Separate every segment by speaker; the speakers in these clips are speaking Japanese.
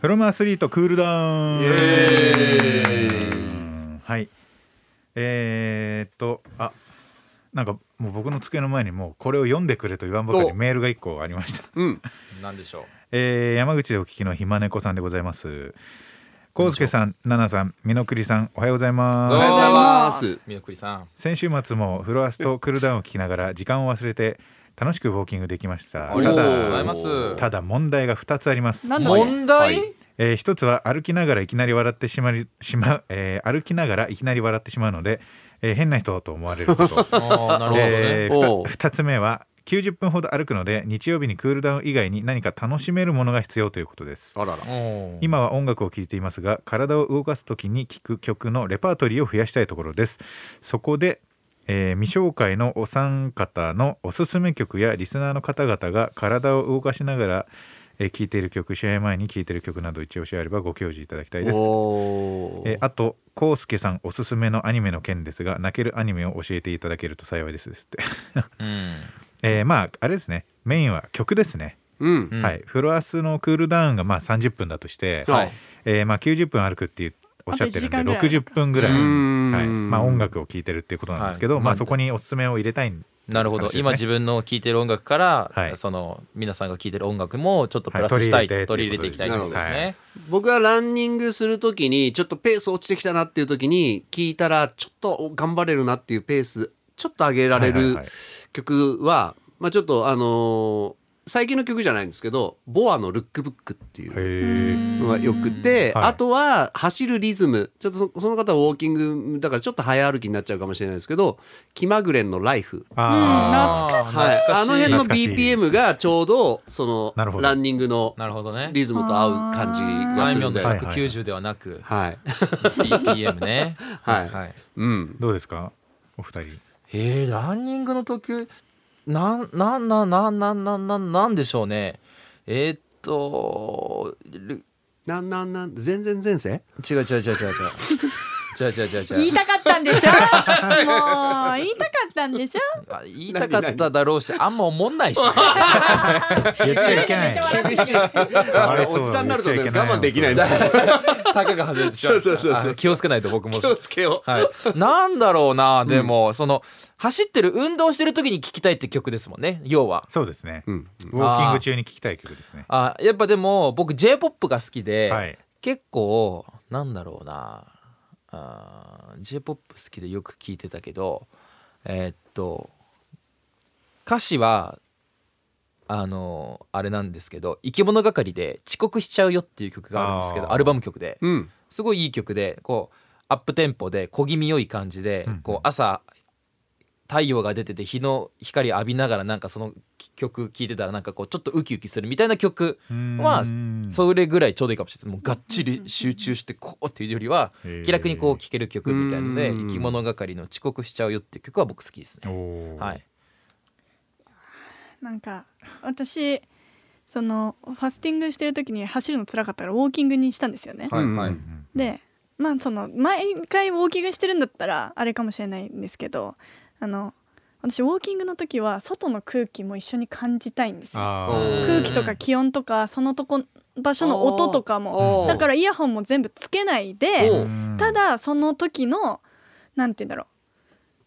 Speaker 1: フロムアスリートクールダウン。
Speaker 2: イエ
Speaker 1: はい。えー、っと、あ。なんかもう僕の机の前にもうこれを読んでくれと言わんばかり
Speaker 2: お
Speaker 1: メールが1個ありま した
Speaker 2: うん
Speaker 3: なんでしょ
Speaker 1: えー山口でお聞きのひまねこさんでございます。こうすけさん、ななさん、みのくりさん、おはようござい
Speaker 2: おはよ
Speaker 1: ます。
Speaker 2: うございます
Speaker 3: う。みのくりさん。
Speaker 1: 先週末もフロアスとクールダウンを聞きながら時間を忘れて楽しくウォーキングできました。
Speaker 2: あり
Speaker 3: が
Speaker 1: た
Speaker 3: とうござい
Speaker 1: だ、
Speaker 3: ます
Speaker 1: ただ問題が二つあります。
Speaker 4: なんだろう
Speaker 3: 問題、
Speaker 2: はい
Speaker 1: えー一つは歩きながらいきなり笑ってしまりしまう、えー歩きながらいきなり笑ってしまうので、えー変な人と思われる こと。
Speaker 3: ああ、なるほどね。
Speaker 1: えーふた
Speaker 2: おう
Speaker 1: 二つ目は90分ほど歩くので日曜日にクールダウン以外に何か楽しめるものが必要ということです。
Speaker 2: あらら
Speaker 3: おー
Speaker 1: 今は音楽を聴いていますが体を動かす時に聴く曲のレパートリーを増やしたいところですそこで、えー未紹介のお三方のおすすめ曲やリスナーの方々が体を動かしながらえー聴いている曲試合前に聴いている曲など一押しあればご教示いただきたいです、
Speaker 2: お
Speaker 1: え
Speaker 2: ー
Speaker 1: ーあとコウスケさんおすすめのアニメの件ですが泣けるアニメを教えていただけると幸いですですって
Speaker 3: うん。
Speaker 1: えーまああれですねメインは曲ですね、
Speaker 2: うん
Speaker 3: うん
Speaker 1: はいフロアスのクールダウンがまあ30分だとして、
Speaker 2: はい
Speaker 1: えーまあ、90分歩くっていうおっしゃってるんで
Speaker 4: あと1時
Speaker 1: 60分ぐらい、
Speaker 2: う
Speaker 1: は
Speaker 2: ー
Speaker 1: い
Speaker 2: ん
Speaker 1: まあ、音楽を聴いてるっていうことなんですけど、
Speaker 3: はい
Speaker 1: ま
Speaker 3: ま
Speaker 1: あ、
Speaker 3: あ
Speaker 1: そこにおすすめを入れたいん
Speaker 3: なるほど、
Speaker 1: 話ですね
Speaker 3: 今自分の聴いてる音楽から、
Speaker 1: はい
Speaker 3: その皆さんが聴いてる音楽もちょっとプラス
Speaker 1: はい
Speaker 3: したい、
Speaker 1: 取り入れて
Speaker 3: 取り入れていきたいということで
Speaker 1: な
Speaker 3: す
Speaker 1: る
Speaker 3: ね。
Speaker 2: 僕はランニングするときにちょっとペース落ちてきたなっていうときに聞いたらちょっとお頑張れるなっていうペースちょっと上げられ
Speaker 1: はいはい
Speaker 2: る
Speaker 1: はい
Speaker 2: 曲はまあちょっとあのー最近の曲じゃないんですけど「ボアのルックブック」っていうのがよくて、
Speaker 1: はい
Speaker 2: あとは走るリズムちょっとそその方はウォーキングだからちょっと早歩きになっちゃうかもしれないですけど「気まぐれんのライフ」
Speaker 1: あ
Speaker 4: 懐かしい
Speaker 2: はい、あの辺の
Speaker 1: 懐かしい
Speaker 2: BPM がちょうどそ
Speaker 1: なるほ
Speaker 2: の
Speaker 1: ど
Speaker 2: ランニングの
Speaker 3: なるほどね。
Speaker 2: リズムと合う感じが
Speaker 3: あい
Speaker 2: す
Speaker 3: み
Speaker 2: る
Speaker 3: ょ
Speaker 2: ん
Speaker 3: ん
Speaker 2: で
Speaker 3: の
Speaker 1: はい
Speaker 3: 190ではな く、
Speaker 2: はい。
Speaker 3: BPM ね。
Speaker 2: はいうん
Speaker 1: ー。どうですかお二人
Speaker 3: えー、ランニングの時なんなんなんなんなんなんなんなんでしょうねえーっとる
Speaker 2: なんなんなん、全然前世
Speaker 3: 違う違う違う違う 違う違う違う違う
Speaker 4: 言
Speaker 3: 違
Speaker 4: いうたかった んでしょもう言いたかったんでしょ
Speaker 3: あ言いたかっただろうしあんま思んないし
Speaker 1: 言っちゃいけない
Speaker 2: 厳しい。 あれ、おじさんになるとね、
Speaker 1: 言っちゃいけない
Speaker 2: 我慢できないんだ。
Speaker 3: タカが外れてしまう
Speaker 2: そうそうそうそう
Speaker 3: あ気をつけないと僕も
Speaker 2: 気をつけよう。
Speaker 3: はい、なんだろうなでも、その走ってる運動してる時に聴きたいって曲ですもんね要は
Speaker 1: そうですね、
Speaker 2: うん。
Speaker 1: ウォーキング中に聴きたい曲ですね
Speaker 3: あやっぱでも僕 j p o p が好きで、
Speaker 1: はい
Speaker 3: 結構なんだろうなあ j p o p 好きでよく聞いてたけどえーっと歌詞はあのあれなんですけど「生き物係」で「遅刻しちゃうよ」っていう曲があるんですけ
Speaker 1: あ
Speaker 3: ど
Speaker 1: ー
Speaker 3: アルバム曲で
Speaker 2: うん。
Speaker 3: すごいいい曲でこうアップテンポで小気味良い感じで
Speaker 1: うん
Speaker 3: こう朝太陽が出てて日の光浴びながらなんかその曲聴いてたらなんかこうちょっとウキウキするみたいな曲まあ
Speaker 1: う
Speaker 3: それぐらいちょうどいいかもしれないもうがっちり集中してこうっていうよりは
Speaker 1: へー
Speaker 3: 気楽にこう聴ける曲みたいので「
Speaker 2: うん
Speaker 3: 生き物係の遅刻しちゃうよ」っていう曲は僕好きですね。
Speaker 1: おー
Speaker 3: はい、
Speaker 4: なんか私そのファスティングしてる時に走るの辛かったからウォーキングにしたんですよね、
Speaker 2: はいはい
Speaker 1: うん
Speaker 4: でまあその毎回ウォーキングしてるんだったらあれかもしれないんですけどあの私ウォーキングの時は外の空気も一緒に感じたいんですよ
Speaker 1: あ
Speaker 2: うん
Speaker 1: ー
Speaker 4: 空気とか気温とかそのとこ場所の音とかも
Speaker 2: おー
Speaker 4: だからイヤホンも全部つけないで
Speaker 2: お
Speaker 1: うん
Speaker 4: ただその時のなんて言うんだろう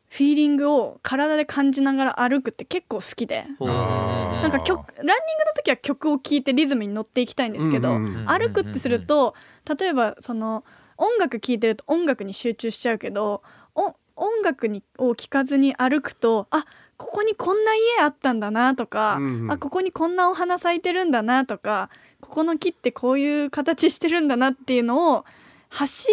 Speaker 4: フィーリングを体で感じながら歩くって結構好きで
Speaker 2: お
Speaker 1: あー
Speaker 4: なんか曲ランニングの時は曲を聴いてリズムに乗っていきたいんですけど、
Speaker 2: うんうんうん
Speaker 4: 歩くってすると例えばその音楽聴いてると音楽に集中しちゃうけどお音楽にを聴かずに歩くとあここにこんな家あったんだなとか、
Speaker 2: うんうん
Speaker 4: あここにこんなお花咲いてるんだなとかここの木ってこういう形してるんだなっていうのを走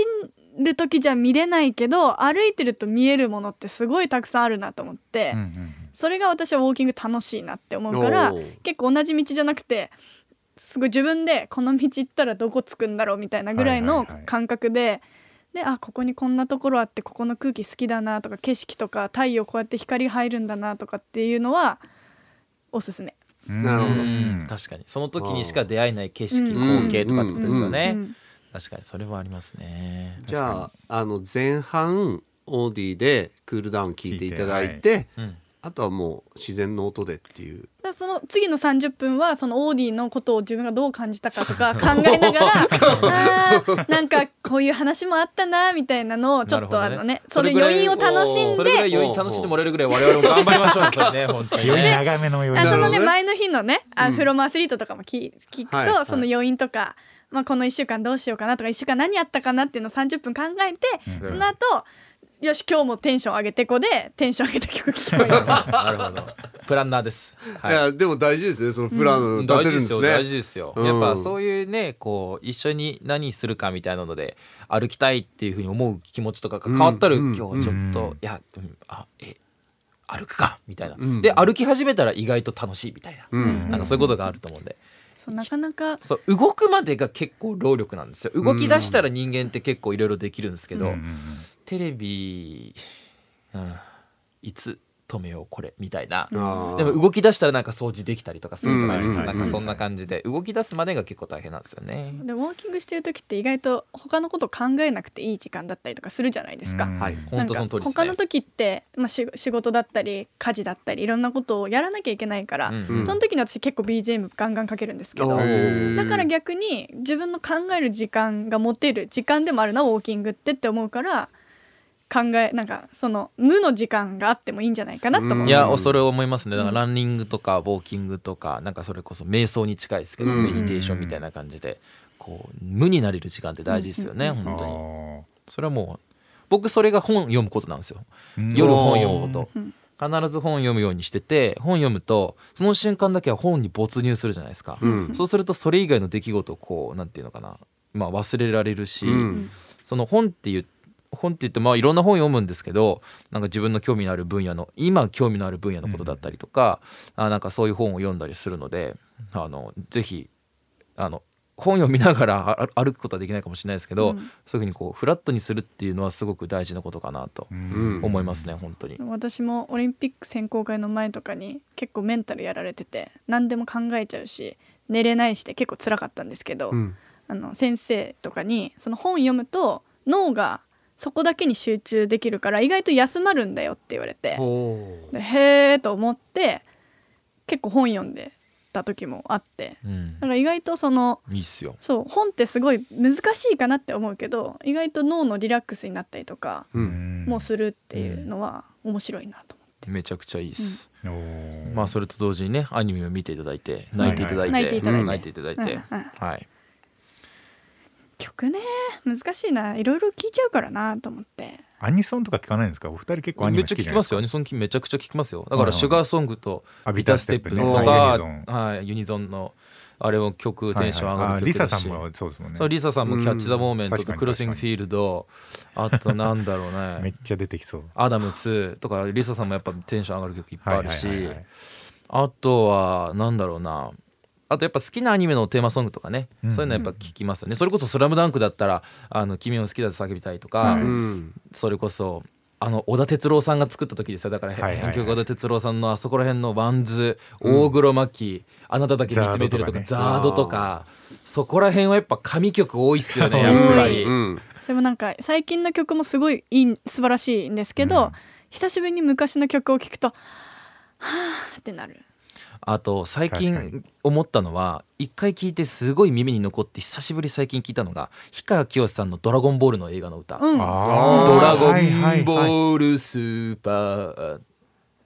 Speaker 4: る時じゃ見れないけど歩いてると見えるものってすごいたくさんあるなと思って。
Speaker 1: うんうんうん
Speaker 4: それが私はウォーキング楽しいなって思うから
Speaker 2: おー
Speaker 4: 結構同じ道じゃなくてすごい自分でこの道行ったらどこ着くんだろうみたいなぐらい
Speaker 1: はい
Speaker 4: の
Speaker 1: はいはい
Speaker 4: 感覚で、であここにこんなところあってここの空気好きだなとか景色とか太陽こうやって光入るんだなとかっていうのはおすすめ。
Speaker 1: うん
Speaker 2: なるほど
Speaker 1: うん
Speaker 3: 確かにその時にしか出会えない景色
Speaker 4: う
Speaker 3: 光
Speaker 4: ん
Speaker 3: 景とかってことですよね、
Speaker 4: うん
Speaker 3: 確かにそれはありますね
Speaker 2: じゃあ、あの、前半、オーディでクールダウン聞いていただいて、
Speaker 3: うん
Speaker 2: あとはもう自然の音でっていう
Speaker 4: らその次の30分はそのオーディのことを自分がどう感じたか とか考えながらあーなんかこういう話もあったなみたいなのをちょっとあ
Speaker 3: なるほどね
Speaker 4: のねそ
Speaker 3: それ
Speaker 4: れ
Speaker 3: ぐら
Speaker 4: 余
Speaker 3: い
Speaker 4: 韻を楽しん
Speaker 3: それぐら
Speaker 4: で
Speaker 3: い余韻楽しんでもらえるぐらい我々も頑張りましょうねそれね本当に
Speaker 1: より
Speaker 3: ね
Speaker 1: 長めのより
Speaker 4: あ
Speaker 2: な
Speaker 4: そ
Speaker 2: るほど
Speaker 4: の
Speaker 2: ね
Speaker 4: ね前の日のねあ
Speaker 2: うん
Speaker 4: フロマアスリートとかも聞聞くと、
Speaker 2: はいはい
Speaker 4: その余韻とか、まあ、この1週間どうしようかなとか1週間何やったかなっていうのを30分考えて、
Speaker 2: うん
Speaker 4: その後よし今日もテンション上げてこでテンション上げた曲聴け ばいい
Speaker 3: なるほどプランナーですはい
Speaker 2: いやでも大事ですよねそのプランを立
Speaker 3: 大
Speaker 2: て
Speaker 3: 事
Speaker 2: る
Speaker 3: で
Speaker 2: んですす
Speaker 3: よ
Speaker 2: ね。
Speaker 3: 大事ですよ、
Speaker 2: うん
Speaker 3: やっぱそういうねこう一緒に何するかみたいなので歩きたいっていうふうに思う気持ちとかが変わったら、
Speaker 2: うんうん
Speaker 3: 今日はちょっと、
Speaker 1: うん
Speaker 3: いや、うんあえ歩くかみたいな、
Speaker 2: うん
Speaker 3: で歩き始めたら意外と楽しいみたいな、
Speaker 2: うん
Speaker 3: なんかそういうことがあると思うんで、
Speaker 4: そうなかなか
Speaker 3: そう動くまでが結構労力なんですよ動き出したら人間って結構いろいろできるんですけど、
Speaker 1: うんうんうん
Speaker 3: テレビ、うん、いつ止めようこれみたいな、
Speaker 2: あー
Speaker 3: でも動き出したらなんか掃除できたりとかするじゃないですか、
Speaker 2: うん
Speaker 3: なんかそんな感じで動き出すまでが結構大変なんですよね。
Speaker 4: でもウォーキングしてる時って意外と他のこと考えなくていい時間だったりとかするじゃないですか。
Speaker 1: うん
Speaker 2: はい
Speaker 3: 本当その
Speaker 4: なん
Speaker 3: 通
Speaker 4: か
Speaker 3: りです
Speaker 4: 他
Speaker 3: ね。
Speaker 4: の時って、まあ、し仕事だったり家事だったりいろんなことをやらなきゃいけないから、
Speaker 3: うん
Speaker 2: うん
Speaker 4: その時の私結構 BGM ガンガンかけるんですけど
Speaker 2: おー
Speaker 4: だから逆に自分の考える時間が持てる時間でもあるなウォーキングってって思うから考えなんかその無の時間があってもいいんじゃないかなと思う。
Speaker 3: い
Speaker 2: うん
Speaker 3: やそれを思いますねだからランニングとかウォーキングとかなんかそれこそ瞑想に近いですけど、
Speaker 2: うん
Speaker 3: メディテーションみたいな感じでこう無になれる時間って大事ですよね、
Speaker 4: うん
Speaker 3: 本当
Speaker 1: あ
Speaker 3: にそれはもう僕それが本読むことなんですよ
Speaker 1: ーうん
Speaker 3: 夜本読むこ
Speaker 4: う
Speaker 3: と
Speaker 4: ん
Speaker 3: 必ず本読むようにしてて本読むとその瞬間だけは本に没入するじゃないですか、
Speaker 2: うん
Speaker 3: そうするとそれ以外の出来事をこうなんていうのかな、まあ、忘れられるし、
Speaker 2: うん
Speaker 3: その本っていう本って言ってまあいろんな本読むんですけどなんか自分の興味のある分野の今興味のある分野のことだったりとか、あなんかそういう本を読んだりするのであのぜひあの本読みながらあ歩くことはできないかもしれないですけど、
Speaker 4: うん
Speaker 3: そういうふうにこうフラットにするっていうのはすごく大事なことかなと
Speaker 1: うん
Speaker 3: 思いますね、本当に。
Speaker 4: 私もオリンピック選考会の前とかに結構メンタルやられてて何でも考えちゃうし寝れないしで結構辛かったんですけど、
Speaker 2: うん
Speaker 4: あの先生とかにその本読むと脳がそこだけに集中できるから意外と休まるんだよって言われて
Speaker 2: ほう
Speaker 4: でへーと思って結構本読んでた時もあって
Speaker 3: うん
Speaker 4: だから意外とその
Speaker 3: いいっすよ。
Speaker 4: そう本ってすごい難しいかなって思うけど意外と脳のリラックスになったりとか
Speaker 2: うん
Speaker 4: もするっていうのは面白いなと思
Speaker 3: めちゃくちゃいいっす。
Speaker 1: おー
Speaker 3: まあそれと同時にねアニメを見ていただいて泣いていただいて、
Speaker 4: はいはい泣いていただいて
Speaker 3: うん泣いていただいて、
Speaker 4: うんうん
Speaker 3: はい。
Speaker 4: う曲ね難しいないろいろ聴いちゃうからなと思って
Speaker 1: アニソンとか聞かないんですかお二人結構アニ
Speaker 3: め
Speaker 1: メ
Speaker 3: っ
Speaker 1: 好
Speaker 3: ちゃ
Speaker 1: き
Speaker 3: 聞
Speaker 1: じ
Speaker 3: き
Speaker 1: ゃない
Speaker 3: ま
Speaker 1: です
Speaker 3: す
Speaker 1: か
Speaker 3: よアニソンめっちゃ聞きますよ
Speaker 1: はい
Speaker 3: だか
Speaker 1: は
Speaker 3: ら
Speaker 1: い
Speaker 3: シュガーソングと
Speaker 1: あ
Speaker 3: ビタステップ
Speaker 1: ね
Speaker 3: と
Speaker 1: はいユニ
Speaker 3: か
Speaker 1: ゾン
Speaker 3: はいユニゾンのあれを曲
Speaker 1: はい
Speaker 3: テンション上が
Speaker 1: はいあ
Speaker 3: る
Speaker 1: リ
Speaker 3: 曲
Speaker 1: サさ
Speaker 3: だし
Speaker 1: んもそうですもんね
Speaker 3: そうリサさんもキャッチ・ザ・モーメント
Speaker 1: うん確
Speaker 3: と
Speaker 1: かに
Speaker 3: クロスイング・フィールドあとなんだろう
Speaker 1: めっ
Speaker 3: ね
Speaker 1: ちゃ出てきそう
Speaker 3: アダムスとかリサさんもやっぱテンション上がる曲いっぱいあるし、
Speaker 1: はいはいはいはい
Speaker 3: あとはなんだろうなあとやっぱ好きなアニメのテーマソングとかね、
Speaker 1: うん
Speaker 3: そういうのやっぱ聞きますよねそれこそ「スラムダンクだったら「あの君を好きだと叫びたい」とか、
Speaker 1: は
Speaker 2: う
Speaker 1: い
Speaker 2: ん
Speaker 3: それこそあの小田哲郎さんが作った時ですよだから
Speaker 1: はいはいはい
Speaker 3: 編曲小田哲郎さんのあそこら辺の「ワンズ」「大黒摩季」あなただけ見つめてる」とか「
Speaker 1: ザ
Speaker 3: ザード」とかそこら辺はやっぱ神曲多いっすよねやっぱり。
Speaker 2: うん
Speaker 4: でもなんか最近の曲もすごいいい素晴らしいんですけど、
Speaker 1: うん
Speaker 4: 久しぶりに昔の曲を聴くとはあってなる
Speaker 3: あと最
Speaker 1: 確かに
Speaker 3: 近思ったのは一回聞いてすごい耳に残って久しぶりに最近聞いたのが氷川きよしさんの「ドラゴンボール」の映画の歌。
Speaker 4: うん
Speaker 1: あー
Speaker 3: ドラゴ
Speaker 1: はいはい
Speaker 3: ン
Speaker 1: はい
Speaker 3: ボールスーパー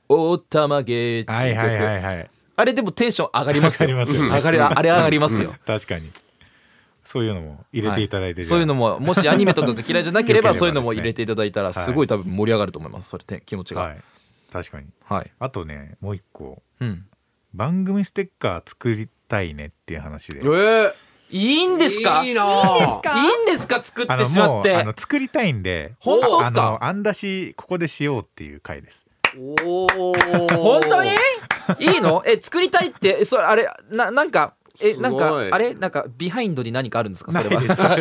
Speaker 3: おったまげって
Speaker 1: はいいうはいは
Speaker 3: 曲
Speaker 1: いはい
Speaker 3: あれでもテンション上がりますよ
Speaker 1: 上がりますよね
Speaker 3: 上がりあれ上がりますよ
Speaker 1: 確かにそういうのも入れていただいて、
Speaker 3: はそういうのももしアニメとかが嫌いじゃなければ
Speaker 1: よければですね
Speaker 3: そういうのも入れていただいたら
Speaker 1: はい
Speaker 3: すごい多分盛り上がると思いますそれて気持ちがは、
Speaker 1: はいい確かにあとねもう一個
Speaker 3: うん
Speaker 1: 番組ステッカー作りたいねっていう話で
Speaker 2: えー
Speaker 3: いいんですか
Speaker 2: いい
Speaker 3: い
Speaker 2: なあ
Speaker 4: か
Speaker 3: いんですか作ってしま
Speaker 1: あ
Speaker 3: っ
Speaker 1: のもう
Speaker 3: て
Speaker 1: あの作りたいんで
Speaker 3: 本当っす
Speaker 1: あ
Speaker 3: か
Speaker 1: のあんだしここでしようっていう回です
Speaker 2: おお
Speaker 3: 本当にいいのえ作りたいってそれあれななんかえなん
Speaker 2: す
Speaker 3: か
Speaker 2: ごい
Speaker 3: あれなんかビハインドに何かあるんですかそれは
Speaker 1: ない です
Speaker 3: な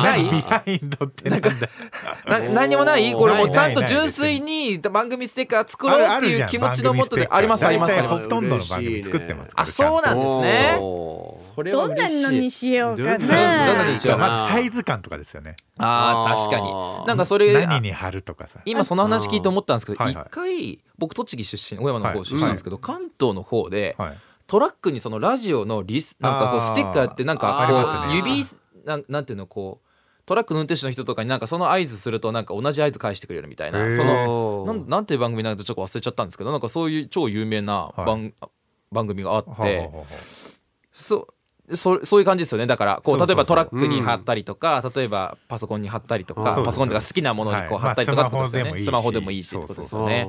Speaker 1: 何
Speaker 3: い
Speaker 1: ビハインドってなんだ
Speaker 3: な
Speaker 2: おー
Speaker 3: 何にもないこれもうちゃんと
Speaker 1: ないないない
Speaker 3: 純粋に番組ステッカー作ろうっていう気持ちのもとでありますありますあり
Speaker 1: 大体
Speaker 3: ます
Speaker 1: ほとんどの番組作ってますから
Speaker 3: あそうなんですね
Speaker 2: おー
Speaker 3: これは
Speaker 4: どんな
Speaker 3: 嬉しい
Speaker 4: のにしようかな
Speaker 2: どんな
Speaker 3: どんなのにし
Speaker 1: ち
Speaker 3: よ
Speaker 1: ゃ
Speaker 3: うん
Speaker 1: とまずサイズ感とかですよね
Speaker 3: あ
Speaker 2: あ
Speaker 3: あ
Speaker 2: ー
Speaker 3: 確かになんかそれ
Speaker 1: 何に貼るとかさ
Speaker 3: 今その話聞いて思ったんですけど
Speaker 1: あー
Speaker 3: 一回僕栃木出身小山の方出身
Speaker 2: はい
Speaker 3: なんですけど関東の方で
Speaker 1: はい
Speaker 3: トラックにそのラジオのリスなんかこ
Speaker 1: あ
Speaker 3: う
Speaker 1: ー
Speaker 3: ステッカーってなん
Speaker 1: あり
Speaker 3: か
Speaker 1: ます
Speaker 3: こう
Speaker 1: ね
Speaker 3: 指なんなんていうのこうトラックの運転手の人とかになんかその合図するとなんか同じ合図返してくれるみたい
Speaker 1: へ
Speaker 3: な
Speaker 1: ー
Speaker 3: その
Speaker 2: おー
Speaker 3: なんなんていう番組なんかちょっと忘れちゃったんですけどなんかそういう超有名な番,、番組があって、
Speaker 1: はあはあは
Speaker 3: そうそそういう感じですよねだからこう
Speaker 1: そうそうそう
Speaker 3: 例えばトラックに貼ったりとか、例えばパソコンに貼ったりと
Speaker 2: あ
Speaker 3: か
Speaker 2: そうです
Speaker 3: パソコンとか好きなものにこう
Speaker 1: はい
Speaker 3: 貼ったりとかってことですよね、
Speaker 1: まあ
Speaker 3: ス
Speaker 1: ス
Speaker 3: マ
Speaker 1: マ
Speaker 3: ホ
Speaker 1: ホ
Speaker 3: で
Speaker 1: で
Speaker 3: も
Speaker 1: も
Speaker 3: い
Speaker 1: い
Speaker 3: い
Speaker 1: い
Speaker 3: し
Speaker 1: し
Speaker 3: ってことですよ
Speaker 2: そう
Speaker 3: ね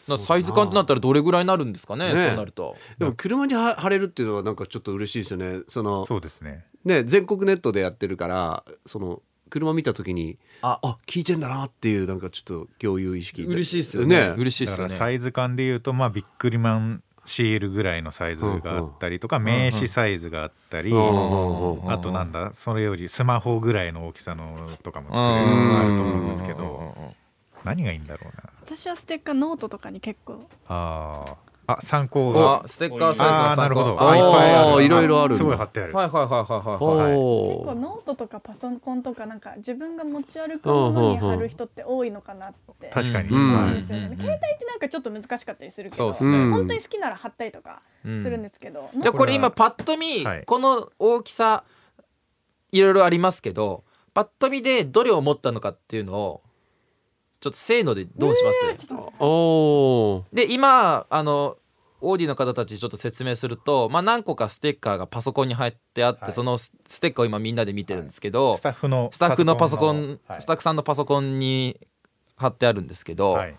Speaker 2: そうそう
Speaker 3: だからサイズ感ってなったらどれぐらいになるんですかね
Speaker 2: ね
Speaker 3: そうなると
Speaker 2: でも車には貼れるっていうのはなんかちょっと嬉しいですよねそ
Speaker 1: あ
Speaker 2: の
Speaker 1: そうですね
Speaker 2: ね全国ネットでやってるからその車見た時に
Speaker 3: あ
Speaker 2: あ聞いてんだなっていうなんかちょっと共有意識
Speaker 3: 嬉しいですよね
Speaker 2: ね
Speaker 3: 嬉しいで
Speaker 1: だ
Speaker 3: す
Speaker 1: か
Speaker 3: よ
Speaker 1: ら
Speaker 3: ね
Speaker 1: サイズ感で言うとまあビックリマンシールぐらいのサイズがあったりとか名刺サイズがあったり
Speaker 2: うんうんうん
Speaker 1: あとなんだそれよりスマホぐらいの大きさのとかも作れるのがあると思うんですけ
Speaker 3: うんうん
Speaker 1: ど
Speaker 3: うんうん
Speaker 1: 何がいいんだろうな
Speaker 4: 私はステッカーノートとかに結構
Speaker 1: あーあ参考が
Speaker 3: あステッカーサイズ
Speaker 1: あ
Speaker 3: の
Speaker 1: ーな
Speaker 3: 参
Speaker 1: る
Speaker 3: 考
Speaker 1: ほど
Speaker 2: あ
Speaker 1: あ
Speaker 2: ー
Speaker 1: いっぱいある
Speaker 2: いろいろある
Speaker 1: すごい貼ってある
Speaker 3: はいはいはいはいはい、はい、
Speaker 4: 結構
Speaker 2: お
Speaker 4: ノートとかパソコンとかなんか自分が持ち歩くものに貼る人って多いのかなって
Speaker 1: 確かに
Speaker 2: う
Speaker 4: 思うん
Speaker 2: ん
Speaker 4: ですよね、
Speaker 3: うん
Speaker 4: 携帯ってなんかちょっと難しかったりするけ
Speaker 3: そう
Speaker 4: ど
Speaker 3: っす
Speaker 2: ね
Speaker 4: 本当に好きなら貼ったりとかするんですけど、
Speaker 3: じゃあこれ今
Speaker 1: こ
Speaker 3: パッと見
Speaker 1: はい
Speaker 3: この大きさいろいろありますけどパッと見でどれを持ったのかっていうのをちょっとせーのでどうします
Speaker 4: ちょっと待って
Speaker 2: お
Speaker 3: で今あのオーディの方たちちょっと説明すると、まあ、何個かステッカーがパソコンに入ってあって、
Speaker 1: はい
Speaker 3: そのスステッカーを今みんなで見てるんですけど、
Speaker 1: スタッフの
Speaker 3: スタッフのパソコン
Speaker 1: はい
Speaker 3: スタッフさんのパソコンに貼ってあるんですけど、
Speaker 1: はい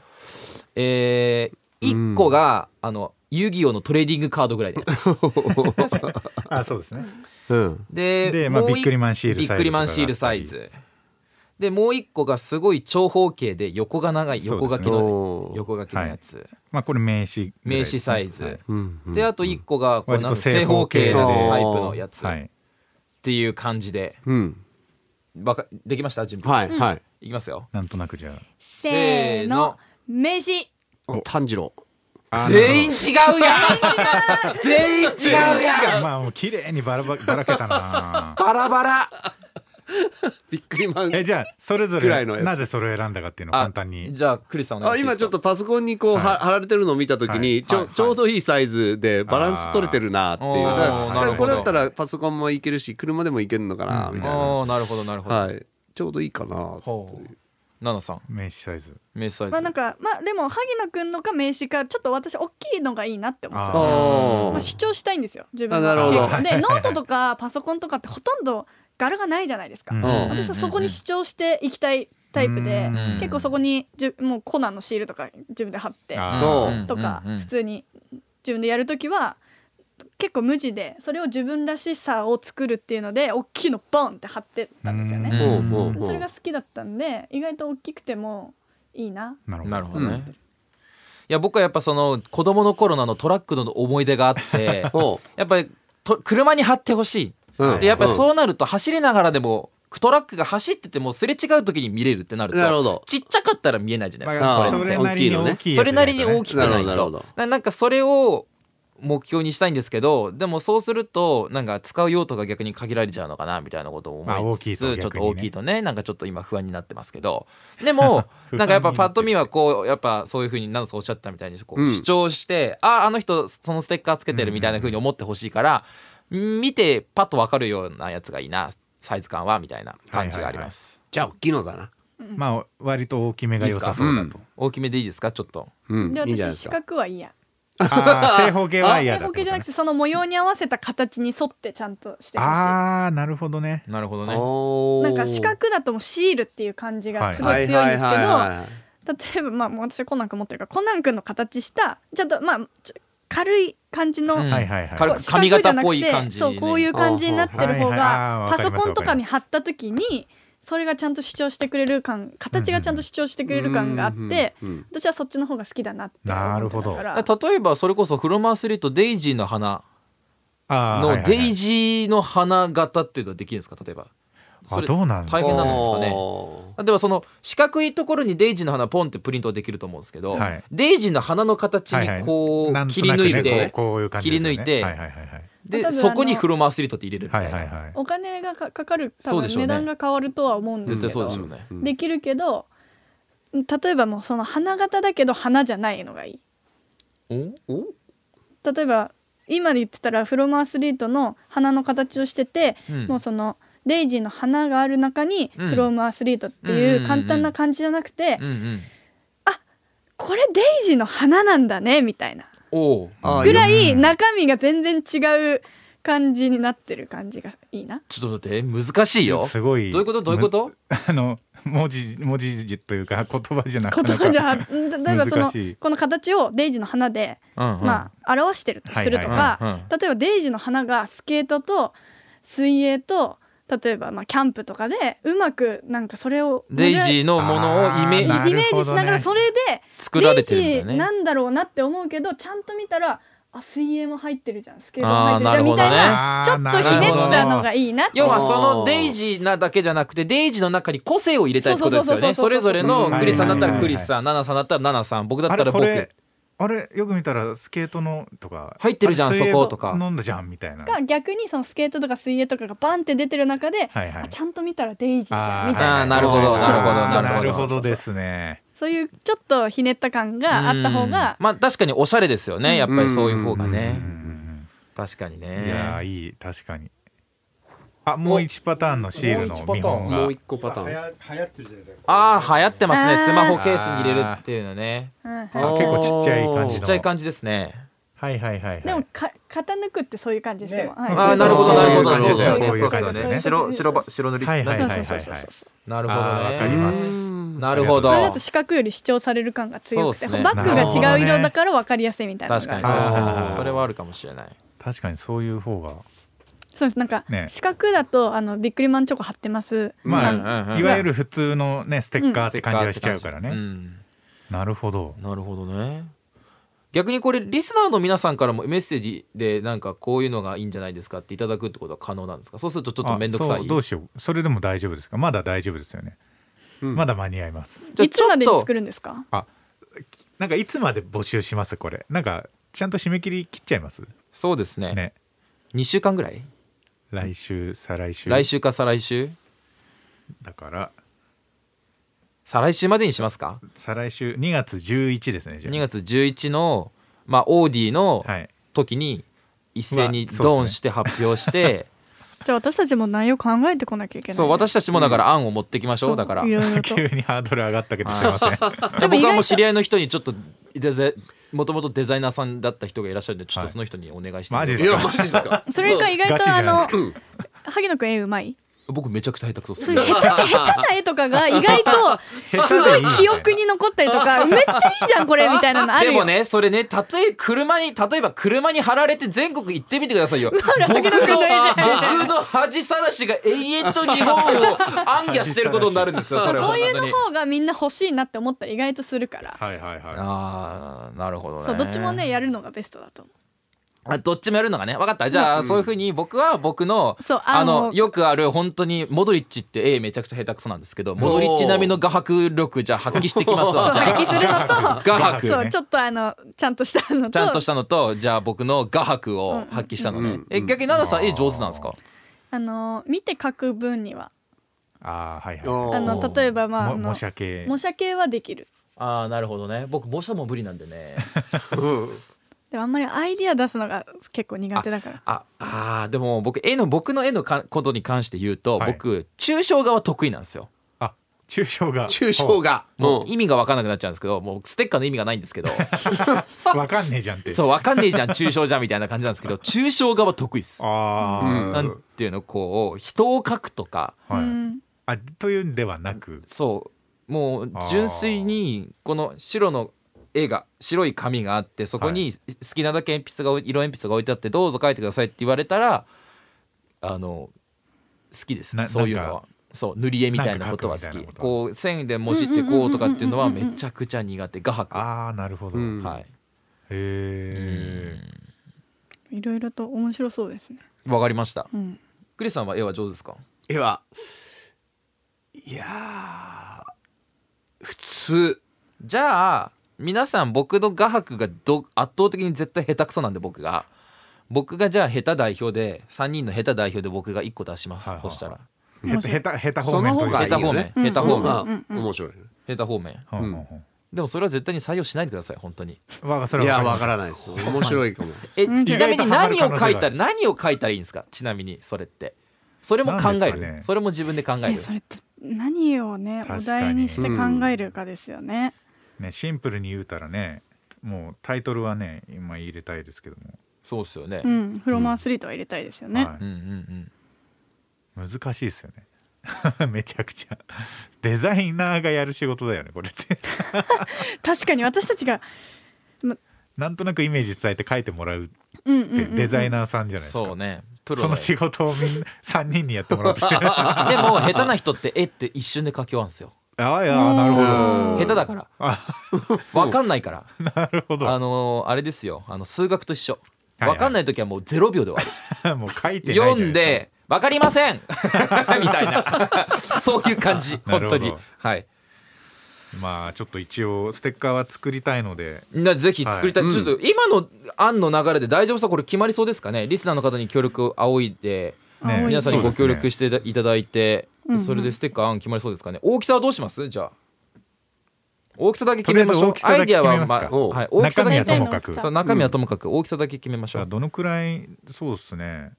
Speaker 3: え1個が、あの遊戯王のトレーディングカードぐらいのやつ
Speaker 1: あそうですね
Speaker 2: うん
Speaker 3: で
Speaker 1: でまあ
Speaker 3: もう一
Speaker 1: ビックリマンシールサイズ
Speaker 3: ビックリマンシールサイズでもう一個がすごい長方形で横が長い
Speaker 1: そうですね
Speaker 3: 横書きの
Speaker 2: おー
Speaker 3: 横書きのやつ、
Speaker 1: まあこれ名刺ぐらい
Speaker 3: 名
Speaker 1: です
Speaker 3: 刺
Speaker 1: ね
Speaker 3: サイズ、
Speaker 1: はい
Speaker 2: うんうん
Speaker 3: であと一個がこう
Speaker 1: 割
Speaker 3: な
Speaker 1: と
Speaker 3: んか正方形の
Speaker 1: 正方形で
Speaker 3: タイプのやつ
Speaker 1: は
Speaker 3: っ
Speaker 1: い
Speaker 3: ていう感じで
Speaker 2: うん
Speaker 3: わかできました準備、
Speaker 2: はいはい
Speaker 3: い、きますよ
Speaker 1: なんとなくじゃ
Speaker 4: せーの名刺
Speaker 2: お炭治郎
Speaker 1: ああ
Speaker 3: 全員違うやん全員違う
Speaker 1: なるほど
Speaker 3: や ん
Speaker 1: まあもう綺麗にばらばばらけた な
Speaker 3: バラバラ
Speaker 2: ビックリマン
Speaker 1: えじゃあそれぞ
Speaker 2: ぐら
Speaker 1: れ
Speaker 2: いのやつ
Speaker 1: なぜそれを選んだかっていうのを簡単に
Speaker 3: じゃあクリスさんお願
Speaker 2: あ
Speaker 3: いしま
Speaker 2: 今
Speaker 3: す
Speaker 2: ちょっとパソコンにこう
Speaker 1: はい
Speaker 2: は貼られてるのを見た時
Speaker 1: は
Speaker 2: に
Speaker 1: い
Speaker 2: ち
Speaker 1: は
Speaker 2: ょ
Speaker 1: い
Speaker 2: ちょうどいいサイズでバランス取れてるなっていうだ
Speaker 3: あー
Speaker 2: から
Speaker 1: お
Speaker 2: だ
Speaker 1: ーな
Speaker 2: か
Speaker 1: る
Speaker 2: ら
Speaker 1: ほ
Speaker 2: こ
Speaker 1: ど
Speaker 2: れだったらパソコンもいけるし車でもいけるのかな
Speaker 1: うん
Speaker 2: みたいな
Speaker 3: おーなるほどなるほど、
Speaker 2: はいちょうどいいかな
Speaker 3: ほうナナさん
Speaker 1: 名刺サイズ
Speaker 3: 名刺サイズ、
Speaker 4: まあなんかまあでも萩野くんのか名刺かちょっと私大きいのがいいなって思ってた
Speaker 1: あー
Speaker 4: ま
Speaker 2: お
Speaker 4: あ、
Speaker 2: ー
Speaker 4: 主張したいんですよ自分
Speaker 2: あなるほど
Speaker 4: でノートとかパソコンとかってほとんど柄がないじゃないですか、
Speaker 1: うん
Speaker 2: うん
Speaker 4: 私はそこに主張していきたいタイプで、
Speaker 1: うん
Speaker 4: 結構そこにじゅもうコナンのシールとか自分で貼って
Speaker 1: あ
Speaker 2: ー
Speaker 4: とか
Speaker 3: うんうんうん
Speaker 4: 普通に自分でやるときは結構無地でそれを自分らしさを作るっていうので大きいのボンって貼ってたんですよ
Speaker 1: う
Speaker 4: ね、
Speaker 1: ん
Speaker 2: おうおうおう
Speaker 4: それが好きだったんで意外と大きくてもいいな
Speaker 1: なるほど
Speaker 3: なるほど
Speaker 2: う
Speaker 3: ね
Speaker 2: ん。
Speaker 3: いや僕はやっぱその子供の頃のあのトラックの思い出があって
Speaker 2: おう
Speaker 3: やっぱりと車に貼ってほし
Speaker 2: うん
Speaker 3: い。でやっぱり
Speaker 2: うん
Speaker 3: そうなると走りながらでもトラックが走っててもすれ違う時に見れるってなると
Speaker 2: なるほど
Speaker 3: ちっちゃかったら見えないじゃないですか、
Speaker 1: まあ
Speaker 2: そ
Speaker 1: そ
Speaker 2: れ
Speaker 1: れなりに
Speaker 2: 大
Speaker 1: 大
Speaker 2: き
Speaker 1: き
Speaker 3: そ
Speaker 1: い
Speaker 3: れ
Speaker 1: やつ
Speaker 3: なりに大きくない
Speaker 2: なるほどなる
Speaker 3: と
Speaker 2: ほど
Speaker 3: ななんかそれを目標にしたいんですけどでもそうするとなんか使う用途が逆に限られちゃうのかなみたいなことを
Speaker 1: まあ
Speaker 3: 思い
Speaker 1: 大き
Speaker 3: つ
Speaker 1: い
Speaker 3: つ、
Speaker 1: と逆にね
Speaker 3: ちょっと大きいとねなんかちょっと今不安になってます けどでも
Speaker 1: 不安になってる
Speaker 3: なんかやっぱパッと見はこうやっぱそういうふうに何さんおっしゃったみたいにこう
Speaker 2: うん
Speaker 3: 主張して、ああの人そのステッカーつけてるみたいなふうに思ってほしいから、見てパッと分かるようなやつがいいなサイズ感はみたいな感じがあります。
Speaker 2: じゃあ大きいのだな
Speaker 1: まあ割と大きめが良さそうだと
Speaker 3: 大きめでいいですかちょっと
Speaker 2: うん
Speaker 4: で
Speaker 2: いいんじゃない
Speaker 4: 私
Speaker 2: です
Speaker 4: 四
Speaker 2: か
Speaker 4: 角は嫌
Speaker 1: あー正方形は嫌
Speaker 4: 正
Speaker 1: だってことね
Speaker 4: 方形じゃなくてその模様に合わせた形に沿ってちゃんとしてほしい
Speaker 1: あーなるほどね
Speaker 3: なるほどね。
Speaker 2: おー
Speaker 4: なんか四角だともうシールっていう感じがすごい強いんですけど、
Speaker 2: はははいはい
Speaker 4: 例えばまあもう私はコナン君持ってるからコナン君の形したちょっとまあちょ軽い感じの、
Speaker 3: うん
Speaker 1: はいはいはい
Speaker 3: 軽
Speaker 4: こ
Speaker 3: く
Speaker 4: う四角
Speaker 3: 髪
Speaker 4: じゃ
Speaker 3: 型っ
Speaker 4: なくて
Speaker 3: ぽい感じ
Speaker 4: そうこういう感じになってる方
Speaker 1: はいはいあ
Speaker 4: が
Speaker 1: ーわ
Speaker 4: パ
Speaker 1: か
Speaker 4: ソ
Speaker 1: ります
Speaker 4: コンとかに貼った時にそれがちゃんと主張してくれる感形がちゃんと主張してくれる感があって
Speaker 2: うんうんうん
Speaker 4: 私はそっちの方が好きだなって思ってたから
Speaker 1: なるほど
Speaker 3: 例えばそれこそフロマアスリートデイジーの花
Speaker 1: あーはいはい
Speaker 3: の
Speaker 1: はい
Speaker 3: デイジーの花型っていうのはできるんですか例えば
Speaker 1: あどうなんですか
Speaker 3: 大変なの
Speaker 1: ね
Speaker 3: ですかね
Speaker 2: ね
Speaker 3: あでもその四角いところにデイジーの花ポンってプリントはできると思うんですけど、
Speaker 1: はい
Speaker 3: デイジーの花の形
Speaker 1: はいはい
Speaker 3: にこう
Speaker 1: なんと
Speaker 3: 切り
Speaker 1: なく
Speaker 3: 抜
Speaker 1: ね
Speaker 3: いて、
Speaker 1: こうこういう感じですよね
Speaker 3: 切り抜いて
Speaker 1: はいはいはいはい
Speaker 4: 多
Speaker 3: で
Speaker 4: 分
Speaker 3: そこにフロマアスリートって入れるみたい
Speaker 1: は
Speaker 3: な、
Speaker 1: いはいはい
Speaker 4: お金がかかかる多
Speaker 3: そう
Speaker 4: 分
Speaker 3: でしょうね
Speaker 4: 値段が変わるとは思うんです
Speaker 3: 絶
Speaker 4: けど
Speaker 3: 対そうでしょうね、
Speaker 4: できるけど例えばもうその花形だけど花じゃないのがいい
Speaker 2: お
Speaker 4: 例えば今で言ってたらフロムアスリートの花の形をしてて、
Speaker 3: うん
Speaker 4: もうそのデイジーの花がある中に
Speaker 3: うん
Speaker 4: フロムアスリートって
Speaker 3: うんうんう
Speaker 4: い
Speaker 3: んう
Speaker 4: うん簡単な感じじゃなくて、
Speaker 3: うんうん
Speaker 4: これデイジーの花なんだねみたいな
Speaker 3: おう
Speaker 2: あー
Speaker 4: ぐら
Speaker 1: いい
Speaker 4: い
Speaker 1: ね
Speaker 4: 中身が全然違う感じになってる感じがいいな。
Speaker 3: ちょっと待って難しいよ
Speaker 1: すごい
Speaker 3: どういうことどういうこと
Speaker 1: あの文字文字というか言葉じゃなく
Speaker 4: 言
Speaker 1: て
Speaker 4: 葉じゃん例えばその
Speaker 1: 難しい
Speaker 4: この形をデイジーの花で、まあ表してるとするとか、
Speaker 3: はいはいうん
Speaker 4: 例えばデイジーの花がスケートと水泳と例えばまあキャンプとかでうまくなんかそれを
Speaker 3: デイジーのものをイメ
Speaker 1: あーなるほど
Speaker 3: ージ
Speaker 1: ね
Speaker 4: イメージしながらそれで
Speaker 3: 作ら
Speaker 4: デ
Speaker 3: れ
Speaker 4: イジ
Speaker 3: てるんだよ
Speaker 4: ー
Speaker 3: ね
Speaker 4: なんだろうなって思うけどちゃんと見たらあ水泳も入ってるじゃんスケートも入っ
Speaker 3: あ
Speaker 4: て
Speaker 3: ー
Speaker 4: るじゃんみたいな
Speaker 1: な
Speaker 4: ち
Speaker 1: る
Speaker 4: ょ
Speaker 1: ほ
Speaker 4: っ
Speaker 1: どね
Speaker 4: とひねったのがいいなって
Speaker 3: 要はそのデイジーなだけじゃなくてデイジーの中に個性を入れたいってことですよね
Speaker 4: そうそ
Speaker 3: そう
Speaker 4: そ
Speaker 3: れ
Speaker 4: うそうそう
Speaker 3: ぞれのクリスさんだったらクリス
Speaker 1: は
Speaker 3: さんナナさんだったらナナさん僕だ
Speaker 1: あ
Speaker 3: った
Speaker 1: れ
Speaker 3: ら
Speaker 1: こ
Speaker 3: 僕
Speaker 1: れあれよく見たらスケートのとか
Speaker 3: 入ってるじゃん
Speaker 1: あれ水泳
Speaker 3: そことか
Speaker 1: 飲んだじゃんみたいな
Speaker 4: が逆にそのスケートとか水泳とかがバンって出てる中で、
Speaker 1: はいはい
Speaker 4: あちゃんと見たらデイジーじゃ
Speaker 1: あ
Speaker 4: ん
Speaker 1: ー
Speaker 4: みたいな
Speaker 3: あーなるほど
Speaker 1: あー
Speaker 3: なるほどなるほど
Speaker 1: なるほどですね
Speaker 4: そういうちょっとひねった感があった方が
Speaker 3: まあ確かにおしゃれですよねやっぱりそういう方がね
Speaker 1: うんうん
Speaker 3: 確かに
Speaker 1: うんいやー
Speaker 3: ね
Speaker 1: いい確かにあもう一パターンのシールの
Speaker 3: もう
Speaker 1: 見
Speaker 3: 一パターン
Speaker 1: 本
Speaker 2: も
Speaker 1: が
Speaker 2: う一個パタ
Speaker 5: は
Speaker 2: ーン
Speaker 5: や流行ってるじゃないですか
Speaker 3: ああ流行ってます
Speaker 4: あー
Speaker 3: ねスマホケースに入れるっていうのね
Speaker 4: うんはい
Speaker 1: あ結構ちっちゃい感じ
Speaker 3: ちっ
Speaker 1: の
Speaker 3: ちゃい感じですね
Speaker 1: はいはいはいはい
Speaker 4: でもか型抜くってそういう感じです、
Speaker 5: ね
Speaker 4: でも
Speaker 1: あ
Speaker 3: ああなるほどなるほど
Speaker 1: こういう感じだよ
Speaker 3: そうそうそう
Speaker 1: こういう感じだよね
Speaker 3: 白白ば白塗り
Speaker 1: はいはいはい
Speaker 4: そ
Speaker 1: は
Speaker 4: う
Speaker 1: い
Speaker 4: そう
Speaker 1: はい
Speaker 4: そうそう
Speaker 3: なるほど
Speaker 1: あー
Speaker 3: ね
Speaker 1: わかります
Speaker 2: うん
Speaker 3: なるほ
Speaker 4: それ
Speaker 3: ど
Speaker 4: だと四角より主張される感が強く
Speaker 3: そ
Speaker 4: て、
Speaker 3: うっすね
Speaker 4: バッグが違う色だから分かりやすいみたいなの
Speaker 3: 確かに
Speaker 4: が
Speaker 3: 確
Speaker 1: あ
Speaker 3: か
Speaker 1: ー
Speaker 3: にそれはあるかもしれない
Speaker 1: 確かにそういう方が
Speaker 4: そうですなんか
Speaker 1: ね
Speaker 4: 四角だとあのビックリマンチョコ貼ってます、
Speaker 1: まあ、
Speaker 3: うんうんうん
Speaker 1: いわゆる普通のねステッカーって感じがしちゃうからね、
Speaker 3: ん
Speaker 1: なるほど
Speaker 3: なるほどね逆にこれリスナーの皆さんからもメッセージでなんかこういうのがいいんじゃないですかっていただくってことは可能なんですかそうするとちょっと面倒くさ
Speaker 1: あそ
Speaker 3: いう
Speaker 1: どうしようそれでも大丈夫ですかまだ大丈夫ですよね、
Speaker 2: うん
Speaker 1: まだ間に合います
Speaker 3: じゃあ
Speaker 4: いつまで
Speaker 3: ちょ
Speaker 4: に
Speaker 3: っ
Speaker 4: 作
Speaker 3: と
Speaker 4: るんですか
Speaker 1: なんかいつまで募集しますこれなんかちゃんと締め切り切っちゃいます
Speaker 3: そうですね
Speaker 1: ね
Speaker 3: 2週間ぐらい
Speaker 1: 来週再来週
Speaker 3: 来週か再来週
Speaker 1: だから
Speaker 3: 再来週までにしますか
Speaker 1: 再来週2月11ですねじゃあ
Speaker 3: 2月11のまあオーディの
Speaker 1: はい
Speaker 3: 時に一斉に
Speaker 1: うわそうですね
Speaker 3: ドンして発 表して
Speaker 4: じゃあ私たちも内容考えてこなきゃいけない
Speaker 3: そう私たちもだから案を持ってきましょうだから
Speaker 4: いろいろと
Speaker 1: 急にハードル上がったけどすいません
Speaker 3: で
Speaker 4: も意外と
Speaker 3: 僕はもう知り合いの人にちょっとデザイもともとデザイナーさんだった人がいらっしゃるんでちょっとその人にお願いしてみよう
Speaker 1: マジで
Speaker 2: いやマジですか
Speaker 4: それか意外
Speaker 1: ガチじ
Speaker 4: とあ
Speaker 1: ゃない
Speaker 4: の
Speaker 1: です
Speaker 2: うん
Speaker 4: 萩野くん絵うまい
Speaker 3: 僕めちゃくちゃ下手くそっす
Speaker 4: そういう下手下手な絵とかが意外と
Speaker 1: 下
Speaker 4: す
Speaker 1: 手
Speaker 4: ご
Speaker 1: でいい
Speaker 4: い記憶に残ったり とかめっちゃいいじゃんこれみたいなのあ
Speaker 3: で
Speaker 4: るよ
Speaker 3: もねそれねたとえ車に例えば車に貼られて全国行ってみてくださ いよ僕の僕の恥さらしが延々と日本を暗記してることになるんですよそれは
Speaker 4: そうい
Speaker 3: 本当
Speaker 4: うの
Speaker 3: に
Speaker 4: 方がみんな欲しいなって思ったら意外とするから
Speaker 1: はいはいは
Speaker 3: ああなるほどね
Speaker 4: そうどっちもねやるのがベストだと思
Speaker 3: あどっちもやるのがね分かったじゃあ、そういうふうに僕は僕の
Speaker 4: そう
Speaker 3: あの
Speaker 4: あの
Speaker 3: よくある本当にモドリッチって絵めちゃくちゃ下手くそなんですけどモドリッチ並みの画伯力じゃあ発揮してきます
Speaker 4: うそう
Speaker 3: わじゃ
Speaker 4: 発
Speaker 3: あ
Speaker 4: 揮するのと
Speaker 3: 画伯
Speaker 4: そうちょっとあのちゃんとしたのと
Speaker 3: ちゃんとしたのとじゃあ僕の画伯を発揮したのね、
Speaker 2: うん
Speaker 3: え逆に奈々さん絵上手なんですか
Speaker 4: あの見て書く分には
Speaker 1: ああーはいはい
Speaker 2: おー
Speaker 4: あの
Speaker 3: おー
Speaker 4: 例えばまああ
Speaker 1: も
Speaker 4: の
Speaker 1: 模写系
Speaker 4: 模写系はできる
Speaker 3: ああなるほどね僕模写も無理なんでね
Speaker 2: うん
Speaker 4: でもあんまりアイディア出すのが結構苦手だから
Speaker 3: ああーでも僕絵の僕の絵のかことに関して言うと、
Speaker 1: はい
Speaker 3: 僕抽象画は得意なんですよ
Speaker 1: あ抽象が
Speaker 2: 抽象画
Speaker 3: も
Speaker 2: う
Speaker 3: う
Speaker 2: ん
Speaker 3: 意味が分かんなくなっちゃうんですけどもうステッカーの意味がないん ですけど
Speaker 1: ほうわかんねえじゃんって
Speaker 3: そう分かんねえじゃん抽象じゃんみたいな感じなんですけど抽象画は得意っす
Speaker 1: あ
Speaker 3: な
Speaker 1: あ、
Speaker 3: んていうのこう人を描くとか
Speaker 4: う
Speaker 1: はい
Speaker 4: ん
Speaker 1: あというんではなく
Speaker 3: そうもう純粋にこの白の絵が白い紙があってそこに好きなだけ鉛筆が色鉛筆が置いてあってどうぞ描いてくださいって言われたらあの好きです
Speaker 1: な
Speaker 3: ねそういうの
Speaker 1: なん
Speaker 3: は。そう塗り絵みたいなことは
Speaker 1: な
Speaker 3: 好
Speaker 1: んか描くみたい
Speaker 3: き
Speaker 1: なこと
Speaker 3: こう線でもじってこうとかっていうのは
Speaker 4: うんうんうんうんうんうんうん
Speaker 3: めちゃくちゃ苦手画伯は
Speaker 1: ああなるほど、
Speaker 2: うん
Speaker 3: い
Speaker 1: へえ
Speaker 4: いいろいろと面白そうですね。
Speaker 3: わかりました
Speaker 4: うん、
Speaker 3: クリスさんは絵は上手ですか
Speaker 2: 絵はいやー普通
Speaker 3: じゃあ皆さん僕の画伯がど圧倒的に絶対下手くそなんで僕が僕がじゃあ下手代表で3人の下手代表で僕が1個出します、
Speaker 1: はいはいはい
Speaker 3: そしたら
Speaker 1: へたへたへた方
Speaker 2: そ
Speaker 1: 面
Speaker 2: の
Speaker 1: と
Speaker 2: 方
Speaker 1: いう
Speaker 2: がいい
Speaker 1: か
Speaker 3: 方
Speaker 2: よ
Speaker 3: 面
Speaker 2: ね
Speaker 3: 下手方面
Speaker 2: が
Speaker 4: うんうんうん
Speaker 2: 面白いね
Speaker 3: 下手方面
Speaker 1: うんうん
Speaker 3: でもそれは絶対に採用しないでください本当に
Speaker 1: うんわそ
Speaker 2: い
Speaker 1: れ
Speaker 2: や
Speaker 1: はわ
Speaker 2: わか
Speaker 1: かり
Speaker 2: らないです面白いかも
Speaker 3: え
Speaker 4: うん
Speaker 3: ちなみに
Speaker 1: 意外とハマる可能
Speaker 3: 何を
Speaker 1: 性が
Speaker 3: 書
Speaker 1: あ
Speaker 3: い
Speaker 1: る
Speaker 3: たら何を書いたらいいんですかちなみにそれってそれも考え
Speaker 1: 何で
Speaker 3: る、
Speaker 1: すかね
Speaker 3: それも自分で考え
Speaker 4: で
Speaker 3: る
Speaker 4: それって何をね
Speaker 1: 確か
Speaker 4: お
Speaker 1: に
Speaker 4: 題にして考えるかですよね。
Speaker 1: ますねシンプルに言うたらねもうタイトルはね今入れたいですけども、
Speaker 3: そうっすよね、
Speaker 4: うん、フロムアスリートは入れたいですよね。
Speaker 1: は
Speaker 3: うんうんうん
Speaker 1: い難しいですよね めちゃくちゃデザイナーがやる仕事だよねこれって
Speaker 4: 確かに私たちが、
Speaker 1: なんとなくイメージ伝えて書いてもらうっ
Speaker 4: うんうんうん
Speaker 1: て
Speaker 4: うん
Speaker 1: デザイナーさんじゃないですか、
Speaker 3: そうねプ
Speaker 1: そ
Speaker 3: ロだ
Speaker 1: の
Speaker 3: よ
Speaker 1: 仕事をみんな3 人にやっても らってきてあ
Speaker 3: でも下手な人って絵って一瞬で描き終わるんですよ
Speaker 1: あいやなるほど
Speaker 4: うん
Speaker 3: 下手だから
Speaker 1: あ
Speaker 3: 分かんないから
Speaker 1: なるほど
Speaker 3: あのーあれですよあの数学と一緒
Speaker 1: はいはい
Speaker 3: 分かんない時はもう0秒で終わる、
Speaker 1: もう書いてないじゃない
Speaker 3: 読ん
Speaker 1: です
Speaker 3: で「分かりません! 」 みた いなそういう感じ
Speaker 1: な
Speaker 3: 本
Speaker 1: る
Speaker 3: 当
Speaker 1: ほど
Speaker 3: にはい
Speaker 1: かまあちょっと一応ステッカーは作りたいので
Speaker 3: なぜひ作りたい、
Speaker 2: はい
Speaker 3: ちょっと今の案の流れで大丈夫さこれ決まりそうですかねリスナーの方に協力を仰いで
Speaker 1: ね
Speaker 4: 青い
Speaker 3: 皆さんにご協力
Speaker 1: し
Speaker 3: していただいて
Speaker 4: うんうん
Speaker 3: それでステッカー案決まりそうですかね大きさはどうしますじゃあ大きさだけ
Speaker 1: と
Speaker 3: 決
Speaker 1: りあ
Speaker 3: め
Speaker 1: え
Speaker 3: ま
Speaker 1: ず
Speaker 3: しょ
Speaker 1: 大
Speaker 3: う
Speaker 1: きさだ
Speaker 3: アイ
Speaker 1: け
Speaker 3: デア
Speaker 1: 決め
Speaker 3: は
Speaker 1: ます
Speaker 3: ま
Speaker 1: か
Speaker 3: あ、はい、大き
Speaker 1: 中
Speaker 3: さだ
Speaker 1: 身
Speaker 3: け
Speaker 1: はともか
Speaker 4: 大き
Speaker 1: く
Speaker 4: さ
Speaker 3: そう中身はともかく大きさだけ決めまし
Speaker 1: じ
Speaker 3: ょ
Speaker 1: ゃあ
Speaker 3: う
Speaker 1: どのくらいそうですね、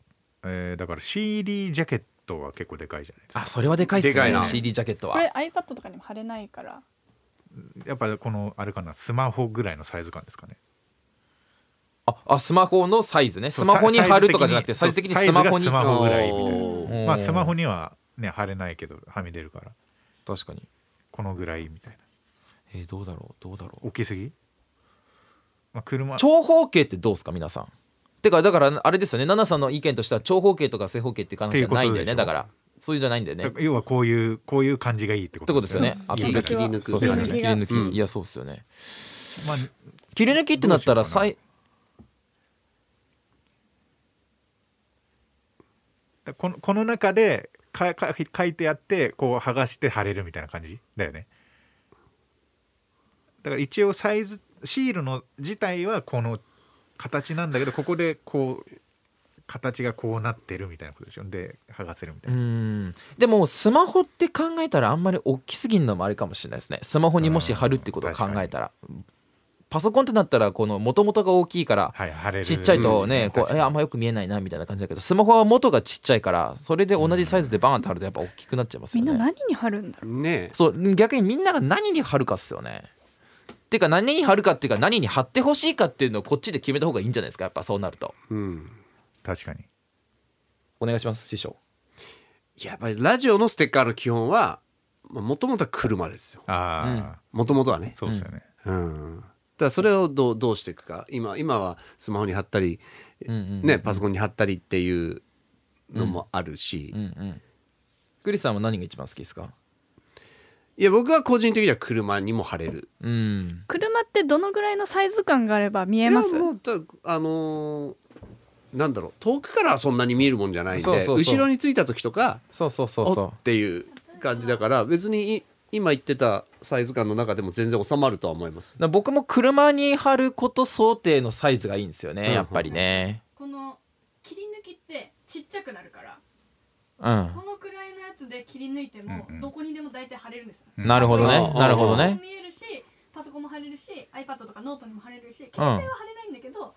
Speaker 1: えー、だから CD ジャケットは結構でかいじゃないですか
Speaker 3: あそれはでかいっす
Speaker 2: でかい
Speaker 3: ね
Speaker 2: な
Speaker 3: CD ジャケット
Speaker 4: こ
Speaker 3: は
Speaker 4: れ iPad とかにも貼れないから。
Speaker 1: やっぱこのあれかなスマホぐらいのサイズ感ですかね
Speaker 3: ああスマホのサイズね
Speaker 1: そう
Speaker 3: スマホに
Speaker 1: サイズ
Speaker 3: 貼るとかじゃなくて
Speaker 1: そ
Speaker 3: サ
Speaker 1: う
Speaker 3: イズ的にスマホに
Speaker 1: サイズがスマホぐらいみたいな
Speaker 2: おー
Speaker 3: うん
Speaker 1: まあスマホにはね貼れないけどはみ出るから
Speaker 3: 確かに
Speaker 1: このぐらいみたいな
Speaker 3: えー、どうだろうどうだろう
Speaker 1: 大きすぎ、まあ、車
Speaker 3: 長方形ってどうですか皆さんてかだからあれですよね奈々さんの意見としては長方形とか正方形っていう話じゃないんだよ
Speaker 1: っていうことでし
Speaker 3: ね
Speaker 1: ょ
Speaker 3: だからそういうじゃないんだよね
Speaker 1: だ
Speaker 3: っ
Speaker 1: から要はこういうこういう感じがいいってこ
Speaker 3: てこと
Speaker 1: と
Speaker 3: で
Speaker 1: ですす
Speaker 3: よ
Speaker 1: ね
Speaker 3: ね
Speaker 4: そう
Speaker 3: 明らか
Speaker 4: 切り抜き
Speaker 3: そうですね
Speaker 4: 切
Speaker 3: 切
Speaker 4: り抜
Speaker 3: り
Speaker 4: き
Speaker 3: 抜き、
Speaker 2: うん
Speaker 3: いやそうですよね
Speaker 1: まあ
Speaker 3: 切り抜きってなったらさい
Speaker 1: だこのこの中でかか書いてあってこう剥がして貼れるみたいな感じだよねだから一応サイズシールの自体はこの形なんだけどここでこう形がこうなってるみたいなことでしょで剥がせるみた
Speaker 3: う
Speaker 1: いな、
Speaker 3: んでもスマホって考えたらあんまり大きすぎるのもあれかもしれないですねスマホにもし貼るってことを考えたらパソコンってなったらこの元々が大きいから
Speaker 1: はい貼れる
Speaker 3: ちっちゃいとね、
Speaker 1: うん
Speaker 3: こうえあんまよく見えないなみたいな感じだけどスマホは元がちっちゃいからそれで同じサイズでバーンって貼るとやっぱ大きくなっちゃいます
Speaker 4: み
Speaker 3: よね
Speaker 4: んな何に貼るんだろ
Speaker 2: ね
Speaker 3: そう逆にみんなが何に貼るかっすよねっていうか何に貼るかっていうか何に貼ってほしいかっていうのをこっちで決めた方がいいんじゃないですかやっぱそうなると
Speaker 2: えうん
Speaker 1: 確かに
Speaker 3: お願いします師匠
Speaker 2: やっぱりラジオのステッカーの基本はもともとは車ですよ
Speaker 1: ああ、
Speaker 2: もともとはね
Speaker 1: そうですよね、
Speaker 2: うんだからそれをどうどうしていくか今今はスマホに貼ったり、
Speaker 3: うんうんうん
Speaker 2: ね、パソコンに貼ったりっていうのもあるし、
Speaker 3: うんうんクリスさんは何が一番好きですか
Speaker 2: いや僕は個人的には車にも貼れる
Speaker 3: うん
Speaker 4: う。車ってどのぐらいのサイズ感があれば見えます
Speaker 2: いや？もうだあのーなんだろう遠くからはそんなに見えるもんじゃないんで
Speaker 3: そうそうそう
Speaker 2: 後ろについた時とか
Speaker 3: そうそうそう
Speaker 2: お
Speaker 3: そ
Speaker 2: っていう感じだから別にい今言ってたサイズ感の中でも全然収まるとは思います
Speaker 3: うだ僕も車に貼ること想定のサイズがいいんですよ
Speaker 2: うんう
Speaker 3: ね
Speaker 2: ん
Speaker 3: やっぱりね
Speaker 4: この切り抜きってちっちゃくなるから、
Speaker 3: うん
Speaker 4: のくらいのやつで切り抜いて
Speaker 1: もうんうんど
Speaker 4: こにでも大体貼れるんですよ。
Speaker 3: なるほどね
Speaker 2: ああ
Speaker 3: なるほどね
Speaker 4: 見えるしパソコンも貼れるし iPad とかノートにも貼れるし携
Speaker 3: 帯は貼
Speaker 4: れないんだけど、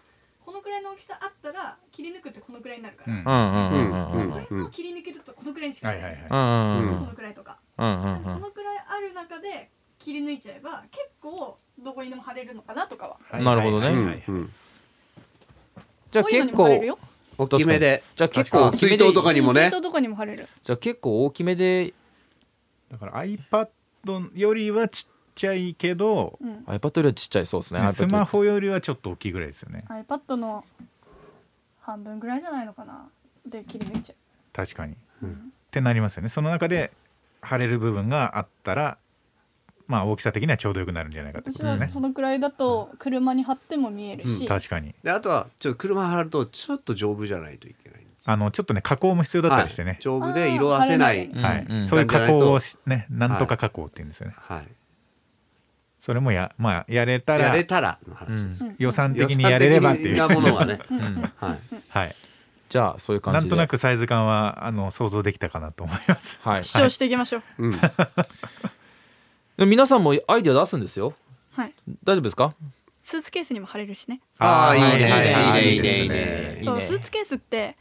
Speaker 4: このくらいの大きさあったら切り抜くってこのくらいになるか
Speaker 1: うん
Speaker 3: う
Speaker 1: は
Speaker 3: んうんうんうんうん
Speaker 2: これも
Speaker 4: 切り抜けるとこのくらいし
Speaker 1: いはいはい
Speaker 3: うんうんうん
Speaker 2: こ
Speaker 4: くらいとか、
Speaker 3: うんうんうん
Speaker 4: くらいある中で切り抜いちゃえば結構どこにでも貼れるのかなとかは
Speaker 1: はい
Speaker 3: なるほどね
Speaker 1: は
Speaker 2: う
Speaker 1: いはい
Speaker 2: ん
Speaker 1: はい
Speaker 2: うん
Speaker 3: じゃあ結構
Speaker 2: 大きめで
Speaker 3: じゃあ結構
Speaker 2: あ水筒とかにもね
Speaker 4: 水筒とかにも貼れる
Speaker 3: じゃあ結構大きめで
Speaker 1: だから iPad よりはちっちゃいけど、
Speaker 4: うん
Speaker 3: iPad よりはちっちゃいそうですね
Speaker 1: ね
Speaker 3: iPad
Speaker 1: スマホよりはちょっと大きいぐらいですよね
Speaker 4: iPad の半分ぐらいじゃないのかなで切り抜いちゃ
Speaker 1: 確かに、
Speaker 2: うん
Speaker 1: ってなりますよねその中で貼れる部分があったらまあ大きさ的にはちょうどよくなるんじゃないかってこ
Speaker 4: 私
Speaker 1: とです
Speaker 4: は
Speaker 1: ね
Speaker 4: そ。のくらいだと車に貼っても見えるし、
Speaker 2: うん
Speaker 1: 確かに。
Speaker 2: であとはちょっと車貼るとちょっと丈夫じゃないといけないんです
Speaker 1: あのちょっとね加工も必要だったりして
Speaker 2: はい
Speaker 1: ね。
Speaker 2: 丈夫で色あせない
Speaker 3: あー
Speaker 1: はい。
Speaker 3: うんうん
Speaker 1: そういう加工をしねなんとか加工って言うんですよね。
Speaker 2: はい
Speaker 1: それもやまあやれた
Speaker 2: や
Speaker 1: ら
Speaker 2: れたらの話です、
Speaker 4: うん
Speaker 1: 予算的にやれればっていう。
Speaker 2: 予算的なものはね、
Speaker 3: うん、
Speaker 2: はい、
Speaker 1: はい。
Speaker 3: じゃあそういう感
Speaker 1: な
Speaker 3: じ
Speaker 1: んと
Speaker 3: で
Speaker 1: なくサイズ感はあの想像できたかなと思います。
Speaker 3: はい
Speaker 4: 主張していきましょう。
Speaker 2: うん、
Speaker 3: でも皆さんもアイディア出すんですよ
Speaker 4: はい。
Speaker 3: 大丈夫ですか
Speaker 4: スーツケースにも貼れるしね。
Speaker 2: あーいいね
Speaker 1: はいはい
Speaker 2: いいねいいねいいね
Speaker 1: です
Speaker 3: いいね
Speaker 4: そうスーツケースって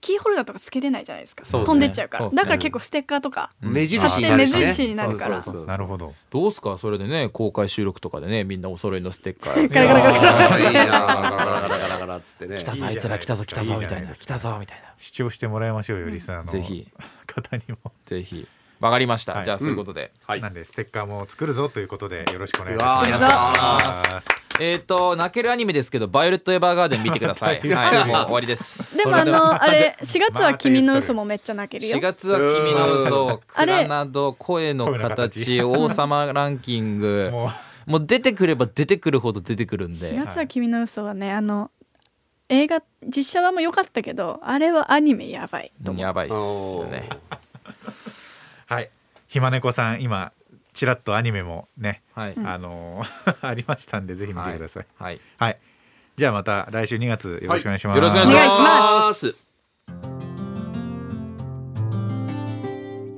Speaker 4: キーホルダーとかつけれないじゃないですか。
Speaker 3: そうですね
Speaker 4: 飛んでっちゃうから。
Speaker 3: そうですね
Speaker 4: だから結構ステッカーとか。
Speaker 3: うん
Speaker 2: 目印になるしね
Speaker 4: 貼って目印になるから
Speaker 2: そうそうそう
Speaker 1: なるほど。
Speaker 3: どうすかそれでね公開収録とかでねみんなお揃いのステッカー
Speaker 4: ガラガラガラガラ
Speaker 2: あーいいなガラガラガラガラガラっつってね
Speaker 3: 来た
Speaker 1: いいじ
Speaker 3: ぞ
Speaker 1: ゃな
Speaker 3: あ
Speaker 1: い
Speaker 3: い
Speaker 1: です
Speaker 3: つ
Speaker 1: から
Speaker 3: 来たぞ来た
Speaker 1: い
Speaker 3: ぞ
Speaker 1: いじ
Speaker 3: み
Speaker 1: ゃな
Speaker 3: た
Speaker 1: い
Speaker 3: い
Speaker 1: で
Speaker 3: な
Speaker 1: す
Speaker 3: 来たぞみたいな
Speaker 1: 主張してもらいましょうよリスナーの
Speaker 3: ぜひ
Speaker 1: 方にも。
Speaker 3: ぜひわかりました、
Speaker 1: はい
Speaker 3: じゃあそういうことで、
Speaker 2: はい
Speaker 1: なんでステッカーも作るぞということでよろしくお願いし
Speaker 2: うわーやった
Speaker 1: ます。
Speaker 3: えっ、と泣けるアニメですけど「バイオレット・エヴァーガーデン」見てください はいもう終わりです
Speaker 4: でも
Speaker 3: そ
Speaker 4: あ
Speaker 3: れは
Speaker 4: のあれ4月は君の嘘
Speaker 1: ま
Speaker 4: もめっちゃ泣ける
Speaker 3: 4
Speaker 4: よ。
Speaker 3: 月は君の嘘
Speaker 4: あれ
Speaker 3: 蔵など 声の
Speaker 1: 声の
Speaker 3: 形
Speaker 1: 形
Speaker 3: 王様ランキング
Speaker 1: もう
Speaker 3: もう出てくれば出てくるほど出てくるんで
Speaker 4: 4月は君の嘘はねあの映画実写版も良かったけどあれはアニメやばいと思う。
Speaker 3: やばいっすよね
Speaker 1: はい。ひまねこさん今ちらっとアニメもね、
Speaker 3: はい、
Speaker 1: あのー ありましたんでぜひ見てください。
Speaker 3: はい、
Speaker 1: はい。じゃあまた来週2月よろしくお願いします。
Speaker 3: よろしくお願い
Speaker 4: お
Speaker 3: し
Speaker 4: 願い
Speaker 3: ま
Speaker 4: し
Speaker 3: す
Speaker 4: ます
Speaker 2: す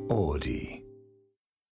Speaker 5: オーディ